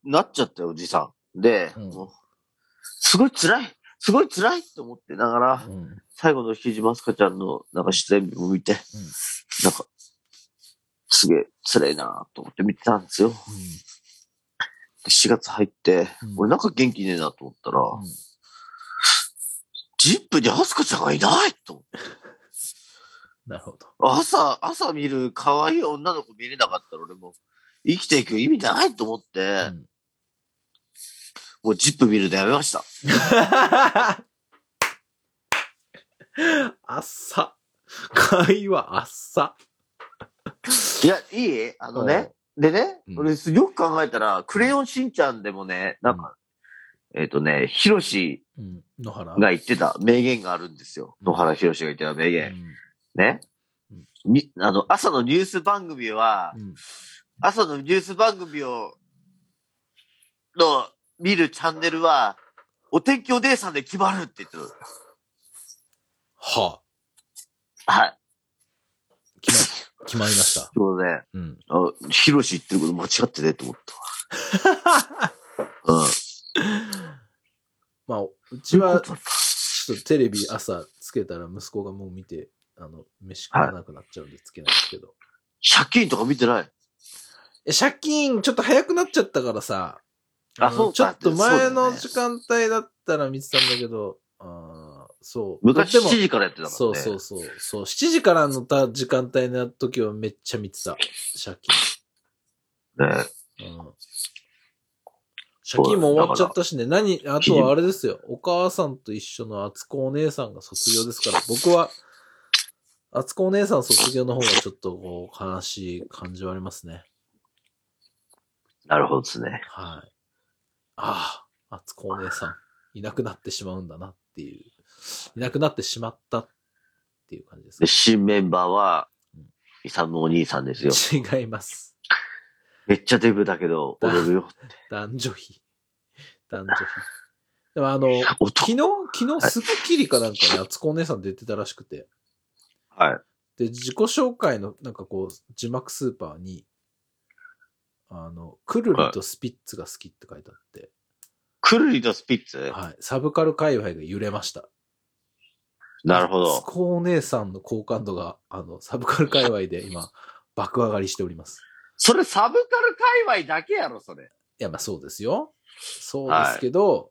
なっちゃったよ、おじさん。で、
うん
もうすごい辛いすごい辛いって思ってながら、
うん。
最後のひじまスカちゃんのなんか出演日も見て、なんか、すげえ辛いなと思って見てたんですよ。4月入って、
うん
俺なんか元気ねえなと思ったら、
うん
ジップにアスカちゃんがいないと思って
なるほど。
朝、朝見る可愛い女の子見れなかったら俺も生きていく意味ないと思って、
うん (laughs)
もうジップ見るのやめました。
あっさ。会話あっさ。
いや、いいあのね、でね、
うん
俺すよく考えたら、クレヨンしんちゃんでもね、なんか、えっ、とね、ヒロシ
うん。野原。
が言ってた名言があるんですよ。野原博士が言ってた名
う
言。
ん
ね。にあの、朝のニュース番組は
う、ん
朝のニュース番組を、の、見るチャンネルは、お天気お姉さんで決まるって言ってる。
はあ。
はい。
決ま、決まりました。
そうね、
うん。
あ、ヒロシ言ってること間違ってねって思
(laughs)
ったわ。うん。
まあ、うちは、
そういうことだっ
ちょっとテレビ朝つけたら息子がもう見て、あの、飯食わなくなっちゃうんでつけないんですけど。
た借金とか見てない。
え、借金ちょっと早くなっちゃったからさ。
あ
の
そうか
ちょっと前の
そうだね
時間帯だったら見てたんだけど、あーそう。
昔
でも
7時からやってたからね。
そうそうそう。そう、7時からのた時間帯の時はめっちゃ見てた。借
ね
金。うん。借金も終わっちゃったしね。何、あとはあれですよ。お母さんと一緒の厚子お姉さんが卒業です (laughs) から、僕は、厚子お姉さん卒業の方がちょっとこう、悲しい感じはありますね。
なるほどですね。
はい。ああ、厚子お姉さん、いなくなってしまうんだなっていう。いなくなってしまったっていう感じです
で、新メンバーは
うん、
イサムお兄さんですよ。
(laughs) か違います。
めっちゃデブだけど、踊るよ。
男女比。男女比。でもあの、
(laughs) 男
昨日、昨日、スッキリかなんかに厚子お姉さん出てたらしくて。
はい。
で、自己紹介の、なんかこう、字幕スーパーに、あの、くるりとスピッツが好きって書いてあって、
くるりとスピッツ
はい。サブカル界隈が揺れました。
なるほ
厚
ど。
子お姉さんの好感度が、あの、サブカル界隈で今、爆上がりしております。
(laughs) それサブカル界隈だけやろ、それ。
いや、まあそうですよ。そうですけど、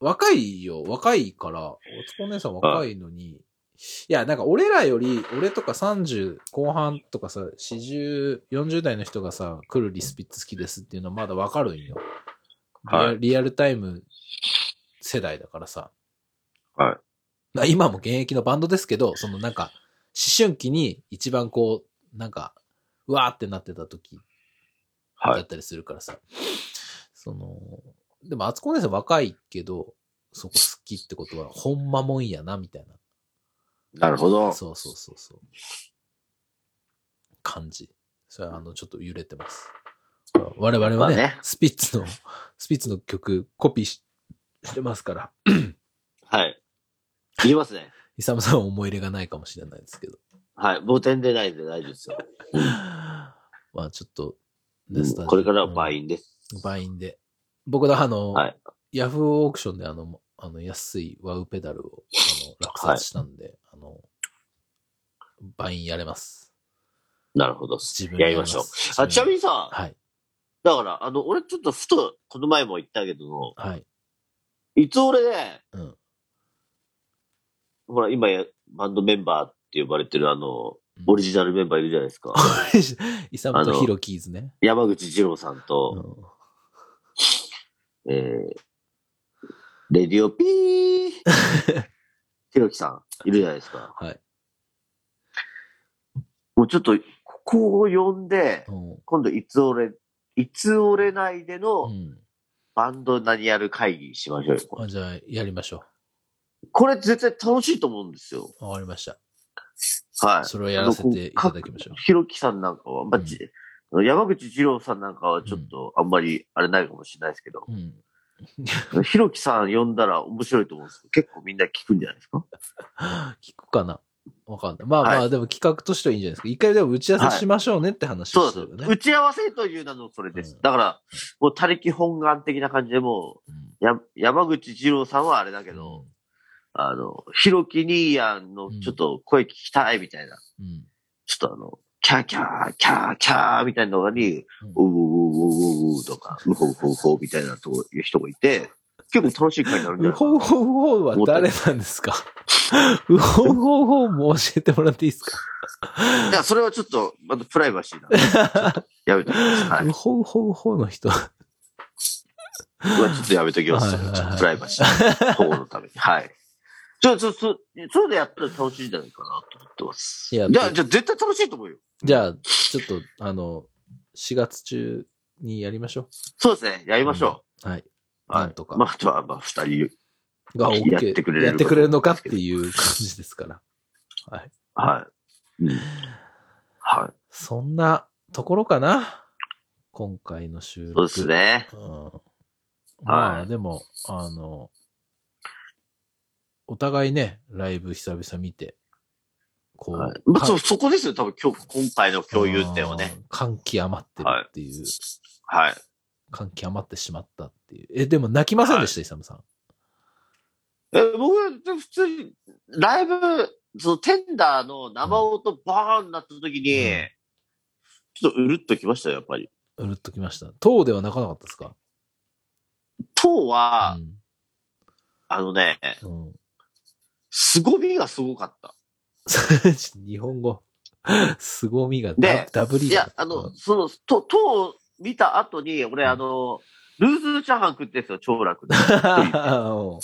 若いよ、若いから、おつこお姉さん若いのに、いや、なんか俺らより、俺とか30後半とかさ、40、40代の人がさ、来るリスピッツ好きですっていうのはまだわかるんよ。リア,、
はい
リアルタイム世代だからさ。
はい。
まあ今も現役のバンドですけど、そのなんか、思春期に一番こう、なんか、うわーってなってた時
は
だ
い
っ。たりするからさ。その、でも、あつこお姉さん若いけど、そこ好きってことは、ほんまもんやな、みたい
なるほ
な。
ど。
そうそうそうそう。感じ。それは、あの、ちょっと揺れてます。我々
まあ
はね、
ね
スピッツの、スピッツの曲、コピーししてますから、
はい。言いますね。
イサムさんは思い入れがないかもしれないですけど。
はい。もう点でないんで大丈夫ですよ。
まあ、ちょっと、
うん
スタジオ
これからは倍員です。
バインで。僕だ、あの、
はい
ヤフーオークションであの、あの安いワウペダルをあの落札したんで、あの、バインやれます。
なるほど。
自分で
やりましょう
やります。
あ、ちなみにさ、
はい。
だから、あの、俺ちょっとふと、この前も言ったけど、
はい。
いつ俺ね、
うん
ほら、今や、バンドメンバーって呼ばれてるあの
うん、
オリジナルメンバーいるじゃないですか。
(laughs) イサムとヒロキーズね。
山口二郎さん
う
と、
ん
えー、レディオピ
(laughs)
ーひろきさん、いるじゃないですか。
はい。
もうちょっと、ここを呼んで、
うん
今度、いつ俺、いつ俺内で
う
の
ん。
バンド何やる会議しましょうよ。
あじゃあ、やりましょ
これ絶対楽しいと思うんですよ。
う。わかりました。
はい。
それをやらせていただきましょう。
ひろきさんなんかは、まあ
うん
じ山口二郎さんなんかはちょっとあんまりあれないかもしれないですけど、
うん。
ひろきさん呼んだら面白いと思うんですけど、結構みんな聞くんじゃないですか
聞くかなわかんない。まあまあ、
は
でも企画としてはいいんじゃないですか。一回でも打ち合わせしましょうねって話
そ
を
う
す
そう
るよ
で
ね。
す。打ち合わせという名のそれです。
うん
だから、もう他力本願的な感じでも
うん
う、や山口二郎さんはあれだけ
け
ど、、あの、ひろき兄やんのちょっと声聞きたいみたいな、
うん。
ちょっとあの、キャーキャー、キャーキャーみたいなのに、
う
お
ん
うおうおうおうおうとか、うほうほうほうみたいなとこいう人がいて、結構楽しい会になるんじゃな
ウ
いか
ホウ
な
ホウホウは誰なんですかウホウホウホウも教えてもらっていいですか
だからそれはちょっと、またプライバシーなんで、ちょっとやめときます。はい。
ウホウホウホウの人。
僕はちょっとやめときます。
はいはいはい
ちょっとプライバシー保護のために。はい。ちょ、ちょ、そそうでやったら楽しいんじゃないかなと思ってます。
い
い
や
や、じゃあ、じゃあ絶対楽しいと思うよ。
じゃあ、ちょっと、あの、4月中にやりましょ
そうですね。やりましょ
う。はい。
う。はい。
なんとか
まあ、あとは、まあ、二人、
が、OK。
やってくれる
やってくれるのかっていう感じですから。はい。
はい。うん。はい。
そんなところかな今回の収録。
そうですね。
うんま
は
あ、
い
でも、あの、お互いね、ライブ久々見て、こう、
はい。まあ、
か
そう、そこですよ。多分、今日、今回の共有点をね。。
あー感極まってるっていう、
はい。
感極まってしまったっていう。え、でも泣きませんでした、イサムさん。
え、僕は、普通に、ライブ、その、テンダーの生音バーンなった時に、
うん
ちょっとうるっときましたよ、やっぱり。
うるっときました。当では泣かなかったですか
当は、
うん
あのね、
うん、
凄みがすごかった。
(laughs) 日本語、凄みがダ
で
ダブリ
いや、あの、その、と、とを見た後に、俺、
うん
あの、ルーズチャーハン食ってんですよ、長楽
(laughs)
で。
の、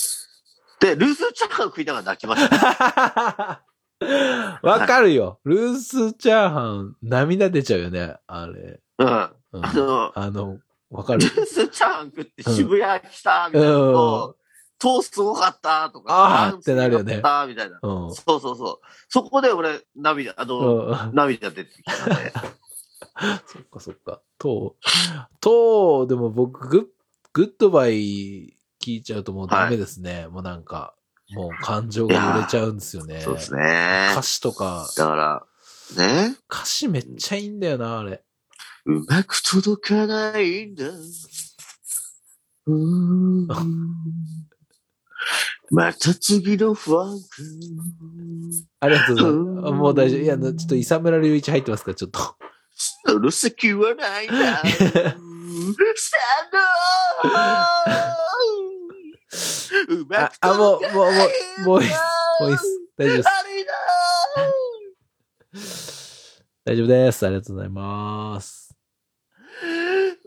で、ルーズチャーハン食いながら泣きました。
(laughs) わかるよ。ルースチャーハン、涙出ちゃうよね、あれ。
うん。
うん
あの、
あの、わか
ル。
る
ーズチャーハン食って渋谷来た、みたいなの
うん
と、とすごかった、とか、
あー
ダンス
ってなるよね
やったみたいな。
うん。
そうそうそう。そこで俺、涙、あの、
うん
涙出てきた
(laughs)
ね。
そっかそっか。とう、とう、でも僕、グッ、グッドバイ聞いちゃうともうダメですね。もうなんか、もう感情が揺れちゃうんですよね。
そうですね。
歌詞とか、
だから、ね。
歌詞めっちゃいいんだよな、あれ。
うまく届かないんだ。うーんまた次のファン
ありがとうございます。
うん
もう大丈夫。いや、ちょっと、イサムラ隆一入ってますから、ちょっと。 (laughs)
ク。その先はないんだ。スタンドうま
あ
く、
あもう、
届
も
か
う、も
ないんだ
う、もういいっす。もういいっす。大丈夫です。
ありだ
大丈夫です。ありがとうございます。
どう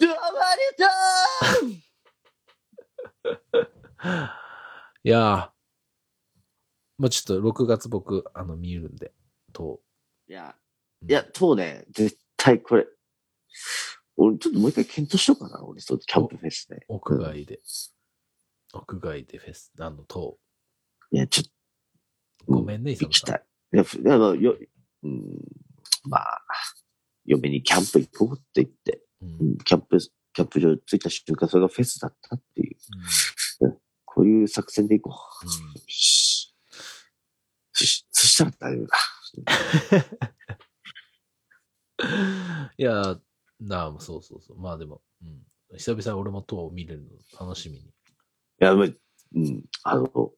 もありがとう
いやー、もうちょっと6月僕、あの、見るんで、と。
いや、いや、とうね、絶対これ。俺、ちょっともう一回検討しようかな、俺、そうキャンプフェスね。
屋外で、屋外でフェス、あの、と、
いや、ちょっと。
ごめんね、イサ
行
ム
き
さ
た
ん。
い。いや、ふあの、よ、うん、まあ、嫁にキャンプ行こうって言って、
うん
うんキャンプ、キャンプ場着いた瞬間、それがフェスだったっていう、こういう作戦で行こう。よしそしそしたら大丈夫だ。
うんいやー、なあ、そうそうそう。まあでも、うん、久々俺もとを見れるの楽しみに。
いや、まあ、うん、あの、多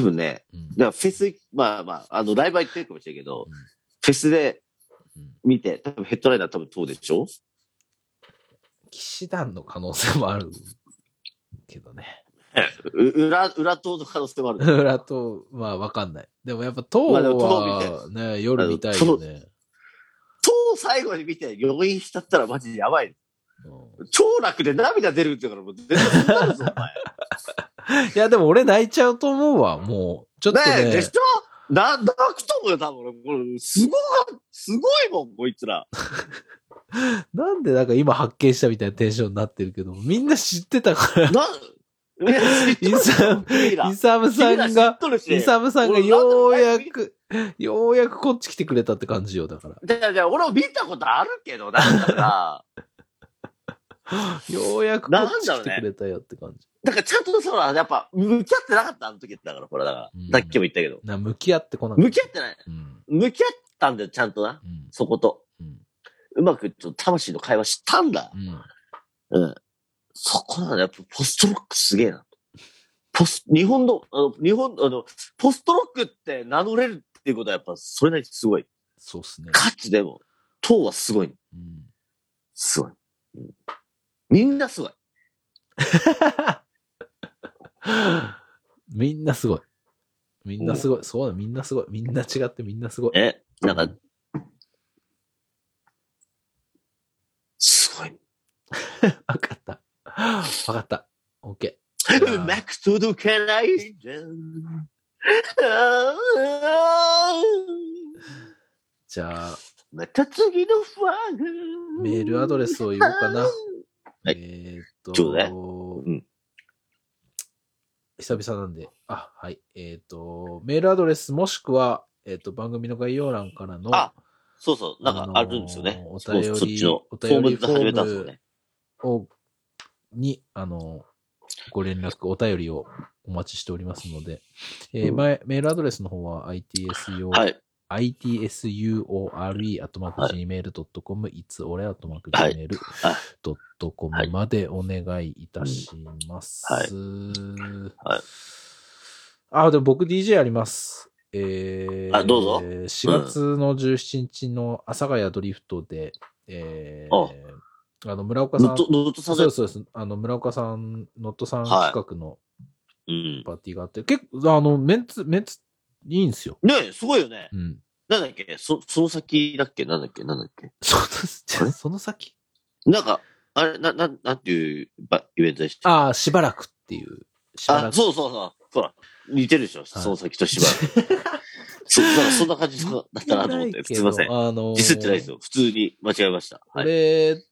分ね、
うん
だからフェス、まあまあ、あの、ライブは行ってるかもしれないけど、
うん
フェスで
うん
見て、多分ヘッドライナー多分そうでしょ
騎士団の可能性もあるけどね。
う裏、裏塔の可能性もある。
裏と、まあわかんない。でもやっぱ塔
まあでも塔みたい
はね、夜見たいよね。
塔を最後に見て余韻しちゃったらマジやばい。
うん (laughs)
超楽で涙出るって言うからもう全然そんなるぞ、お前。
いや、でも俺泣いちゃうと思うわ、もう。ちょっと
ね
ね。
え、でしょな、泣くと思うよ、多分。これ、すごい、すごいもん、こいつ
(laughs)
ら。
なんでなんか今発見したみたいなテンションになってるけど、みんな知ってたから、
な、いや知っとる
イサム
君ら
イサムさんが、
君ら知っと
イ
るし。
サムさんが
俺
ようや
なんで
く、ようやくこっち来てくれたって感じよ、だから。
じゃあじゃあ俺も見たことあるけど、なんだか
ようやくこっち来てくれたよって感じ。
ら。だからちゃんとそら、やっぱ、向き合ってなかった、あの時だから、これだから
う。ん
さっきも言ったけど。
な向き合ってこなかった。
向き合ってない。
うん。
向き合ったんだよ、ちゃんとな。
うん。
そこと。
うん
うまく、ちょっと魂の会話したんだ
う。ん。
うん。そこなんだ、やっぱポストロックすげえな。ポス、日本の、あの、日本、あの、ポストロックって名乗れるっていうことはやっぱそれなりにすごい。
そうっすね。
かつでも、党はすごい。
うん。
すごい。うんみんなすごい。
(laughs) みんなすごい。みんなすごい。そうだ、みんなすごい。みんな違ってみんなすごい。
え、なんか、すごい。
わかった。わかった。オッケー。
うまく届かないじゃん。ああ
じゃあ、
また次のファン
メールアドレスを言おうかな。
い
えーっと、
ちょうだいん
久々なんで、あ、はい。えーっと、メールアドレスもしくは、えーっと、番組の概要欄からの、
あそうそう、なんかあるんですよね。
あのー
そ
お便り
うそっちの
お
フ
便
ォー
り
ムで始めたんですよね。
を、に、あの、ご連絡、お便りをお待ちしておりますので、えー
うん
前メールアドレスの方は itsuo、
はい。
itsure.gmail.com、いつ俺 .gmail.com
はい
までお願いいたします。
はいはい
あ、でも僕 DJ あります。えー、
あどうぞ
4月の17日の阿佐ヶ谷ドリフトで、えー、あの、村岡さ
の
ん
っと、、のっとさ
そう
せ
です、そうです。あの、村岡さん、ノットさん
はい
企画の
うん。
パーティーがあって、結構、あの、メンツ、メンツ、いいんですよ。
ねえすごいよね。
うん。
なんだっけそ、その先だっけなんだっけなんだっけ
その
あれ
その先
なんか、あれ、な、な、なんていうばイベントでした
ああ、しばらくっていう。しばら
あ、
く。
そうそうそう。ほら、似てるでしょ、その先としばらく。 (laughs) そなんかそんな感じ
(laughs)
だったなと思っ
言
て。
け
すい
ど
ません
あ。のー
ディスってないですよ。普通に間違えました。はい。
俺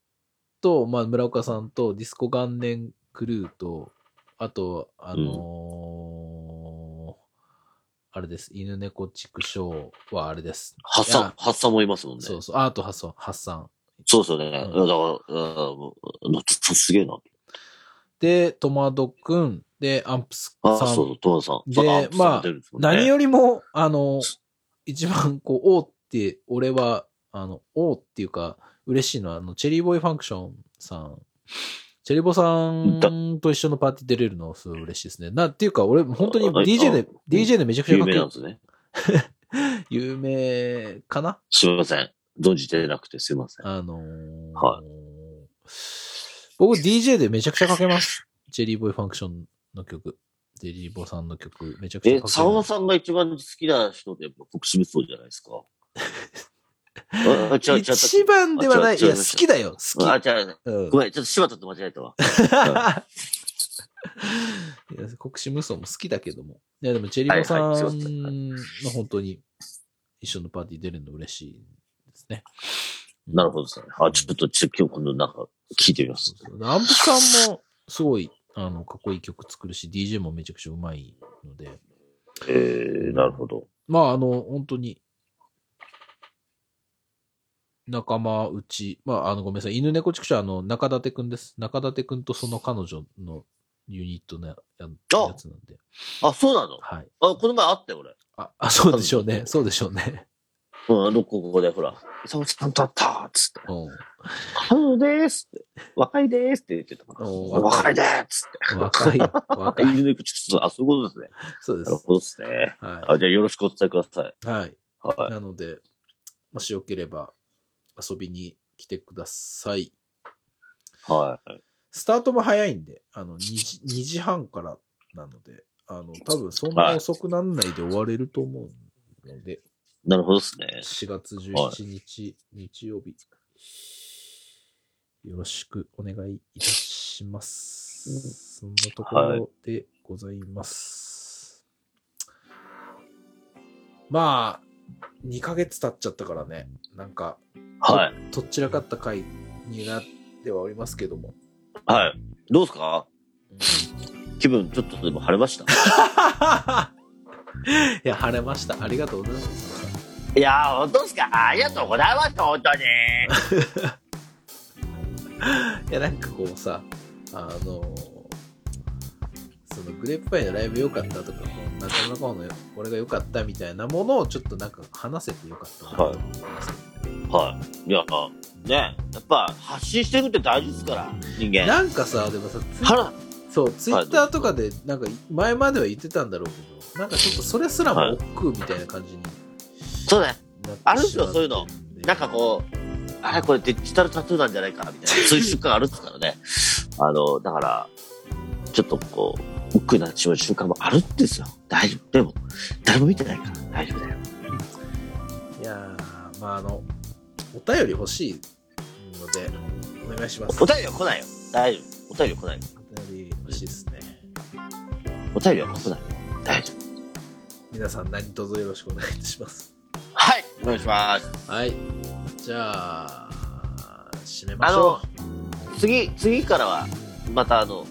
と、まあ、村岡さんと、ディスコ元年クルーと、あと、あのーあれです。犬猫畜生はあれです。
ハッ
い
サン
や、
ハッサンもいますもんね。
そうそう。ああと、ハッサン、ハッサン。
そうそうね。だから、
う
うん、のちょっとすげえな。
で、トマドくん。で、アンプス
あ、
さ
そうんそう、トマさん。
で
そうだアンプさん
まあ
も出るんですもんね
何よりも、あの、一番こう、おうって、俺は、あの、おうっていうか、嬉しいのは、あの、チェリーボーイファンクションさん、チェリボさんと一緒のパーティー出れるの、すごい嬉しいですね。な、っていうか、俺、本当に
ああ
DJ
あ
で、DJ でめちゃくちゃ
有
かっこ
名
いい
なんですね。
有名かな
すみません。存じてなくてすいません。
あのー
は
僕 DJ でめちゃくちゃかけます。チェリーボーイファンクションの曲。チェリーボーさんの曲、めちゃくちゃ
え
か、け
沢
ま
間
す。
さんが一番好きな人ってやっぱ国士無双じゃない
(laughs)
ですか。あ、あ違う違う。
一番ではない。い
あ違う違
や、
う
好きだよ。好き。
あ、違う。
うん
ごめん、ちょっと柴田と間違えたわ。
いや国士無双も好きだけども。いや、でも、チェリコさん
はいはいすいませ
の本当に一緒のパーティー出るの嬉しいですね。
なるほどですね。あ、ちょっと、ちょっと今日今度なんか聞いてみます。
そうそうアンプさんもすごい、あの、かっこいい曲作るし、DJ もめちゃくちゃうまいので、
えー、なるほど。
まあ、あの、本当に、仲間うち、まあ、あの、ごめんなさい、犬猫畜生、あの、中立くんです。中立くんとその彼女のユニットのやややつなんで、
あ、そうなの
はい。
あ、この前あったよ、俺。
あ、あそうでしょうね。そうでしょうね。
うん、あの、ここで、ほら。沢間さんと会ったつって。
う
彼女ですって。若いですって言ってたから。
おー
若いでーつって。
ん。若い。若い。
犬の口ちょっと、あ、そういうことですね。
そうで
なる
す。
ほどですね。
は
あ、じゃあよろしくお伝えください。
い。はい。
はい。
なので、もしよければ遊びに来てください。
はい。
スタートも早いんで、あの、2時 ,2 時半からなので、あの、多分そんな遅くなんないで終われると思うので、
なるほどですね。
4月17日、日曜日、よろしくお願いいたします。そんなところでございます。まあ、2ヶ月経っちゃったからね、なんか、
はい。
とっちらかった回になってはおりますけども。
はい。どうですか気分ちょっとでも晴れました。
いや、晴れました。ありがとうございます。
いやー、本当ですかありがとうございました、本当に。
いや、なんかこうさ、あのーそのグレープパイのライブ良かったとか、こう中村かほの俺が良かったみたいなものをちょっとなんか話せて良かったなと思います。
はい。いや、ね、やっぱ発信していくって大事ですから、人間。
なんかさ、でもさ、ツイ
腹、
そう、ツイッターとかで、なんか前までは言ってたんだろうけど、なんかちょっとそれすらも億劫みたいな感じに
そうね。
なって
あるんですよ
しまっ
そういうの
て
なんかこう、あれこれデジタルタトゥーなんじゃないかな、みたい (laughs) な。そういう瞬間あるんですからね。あの、だから、ちょっとこう、億劫になってしまう瞬間もあるんですよ。大丈夫。でも、誰も見てないから大丈夫だよ。
いやー、まああの、お便り欲しいので、お願いします。
お便りは来ないよ。大丈夫。お便りは来ない。
お便り欲しいですね。
お便りは来ない。大丈夫。
皆さん何卒よろしくお願いいたします。
はい。お願いします。
はい。じゃあ、締めま
あ
しょ
の、次、次からは、またあの、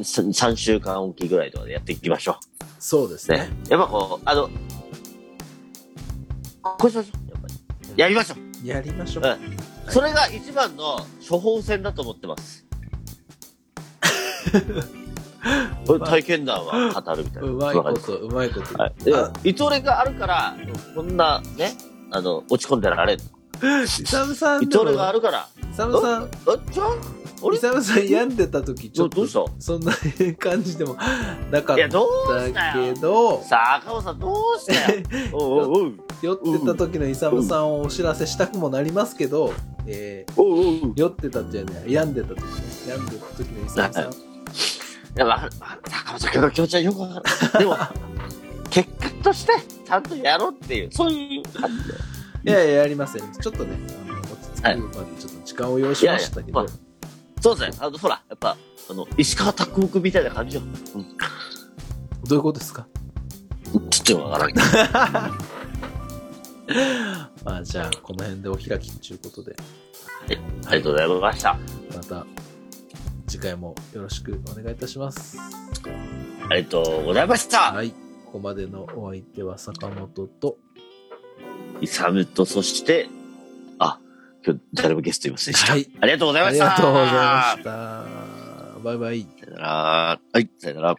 さ3週間おきぐらいとかでやっていきましょ
う。そうです
う。
ね。
ね。やっぱこう、あの、こうしましょう。やっぱり。やりましょう。
やりましょう。
うんそれが一番の処方箋だと思って
(laughs)
ます。俺体験談は語るみたいな。
うまい
わか
こ
る
と、うまいこと。
はいいや。いつ俺があるから、こんなね、あの、落ち込んでられる。
(laughs) イサムさん
い
で
つ
も、
俺があ
イ
るから、
サムさん、
あっちゃんあれ
イサムさん病んでた時、ちょっ
ど
と
う、し
そんな感じでもな
た
かっ
いや、
た
どうした
け
よ
ど、
さあ、赤尾さん、どうしたよ
(laughs)
おうおうおう
酔ってた時のイサムさんをお知らせしたくもなりますけど、えー
おうおう
酔ってたじゃない、病んでた時ね、病んでた時のイサムさん
は、いや、わかる。わかる坂本さんの気持ちはよくわかる。で
(laughs)
も、結果として、ちゃんとやろうっていう、そういう感じで。
いやいや、やりますよ。ちょっとね、あの落ち着くまでちょっと時間を用意しましたけど、
いやいやそうですね。あの、ほら、やっぱ、あの、石川拓木みたいな感じよ。
どういうことですか
ちょっとわからんけど。
まあじゃあ、この辺でお開きということで、
ありがとうございました。
また次回もよろしくお願いいたします。
ありがとうございました。
はい、ここまでのお相手は坂本と、
イサムと、そして、あ、今日誰もゲストいませんでした。
はい
ありがとうござい
あ
ま
り
した。
がとうございました。バイバイ。
さよなら。はい、さよなら。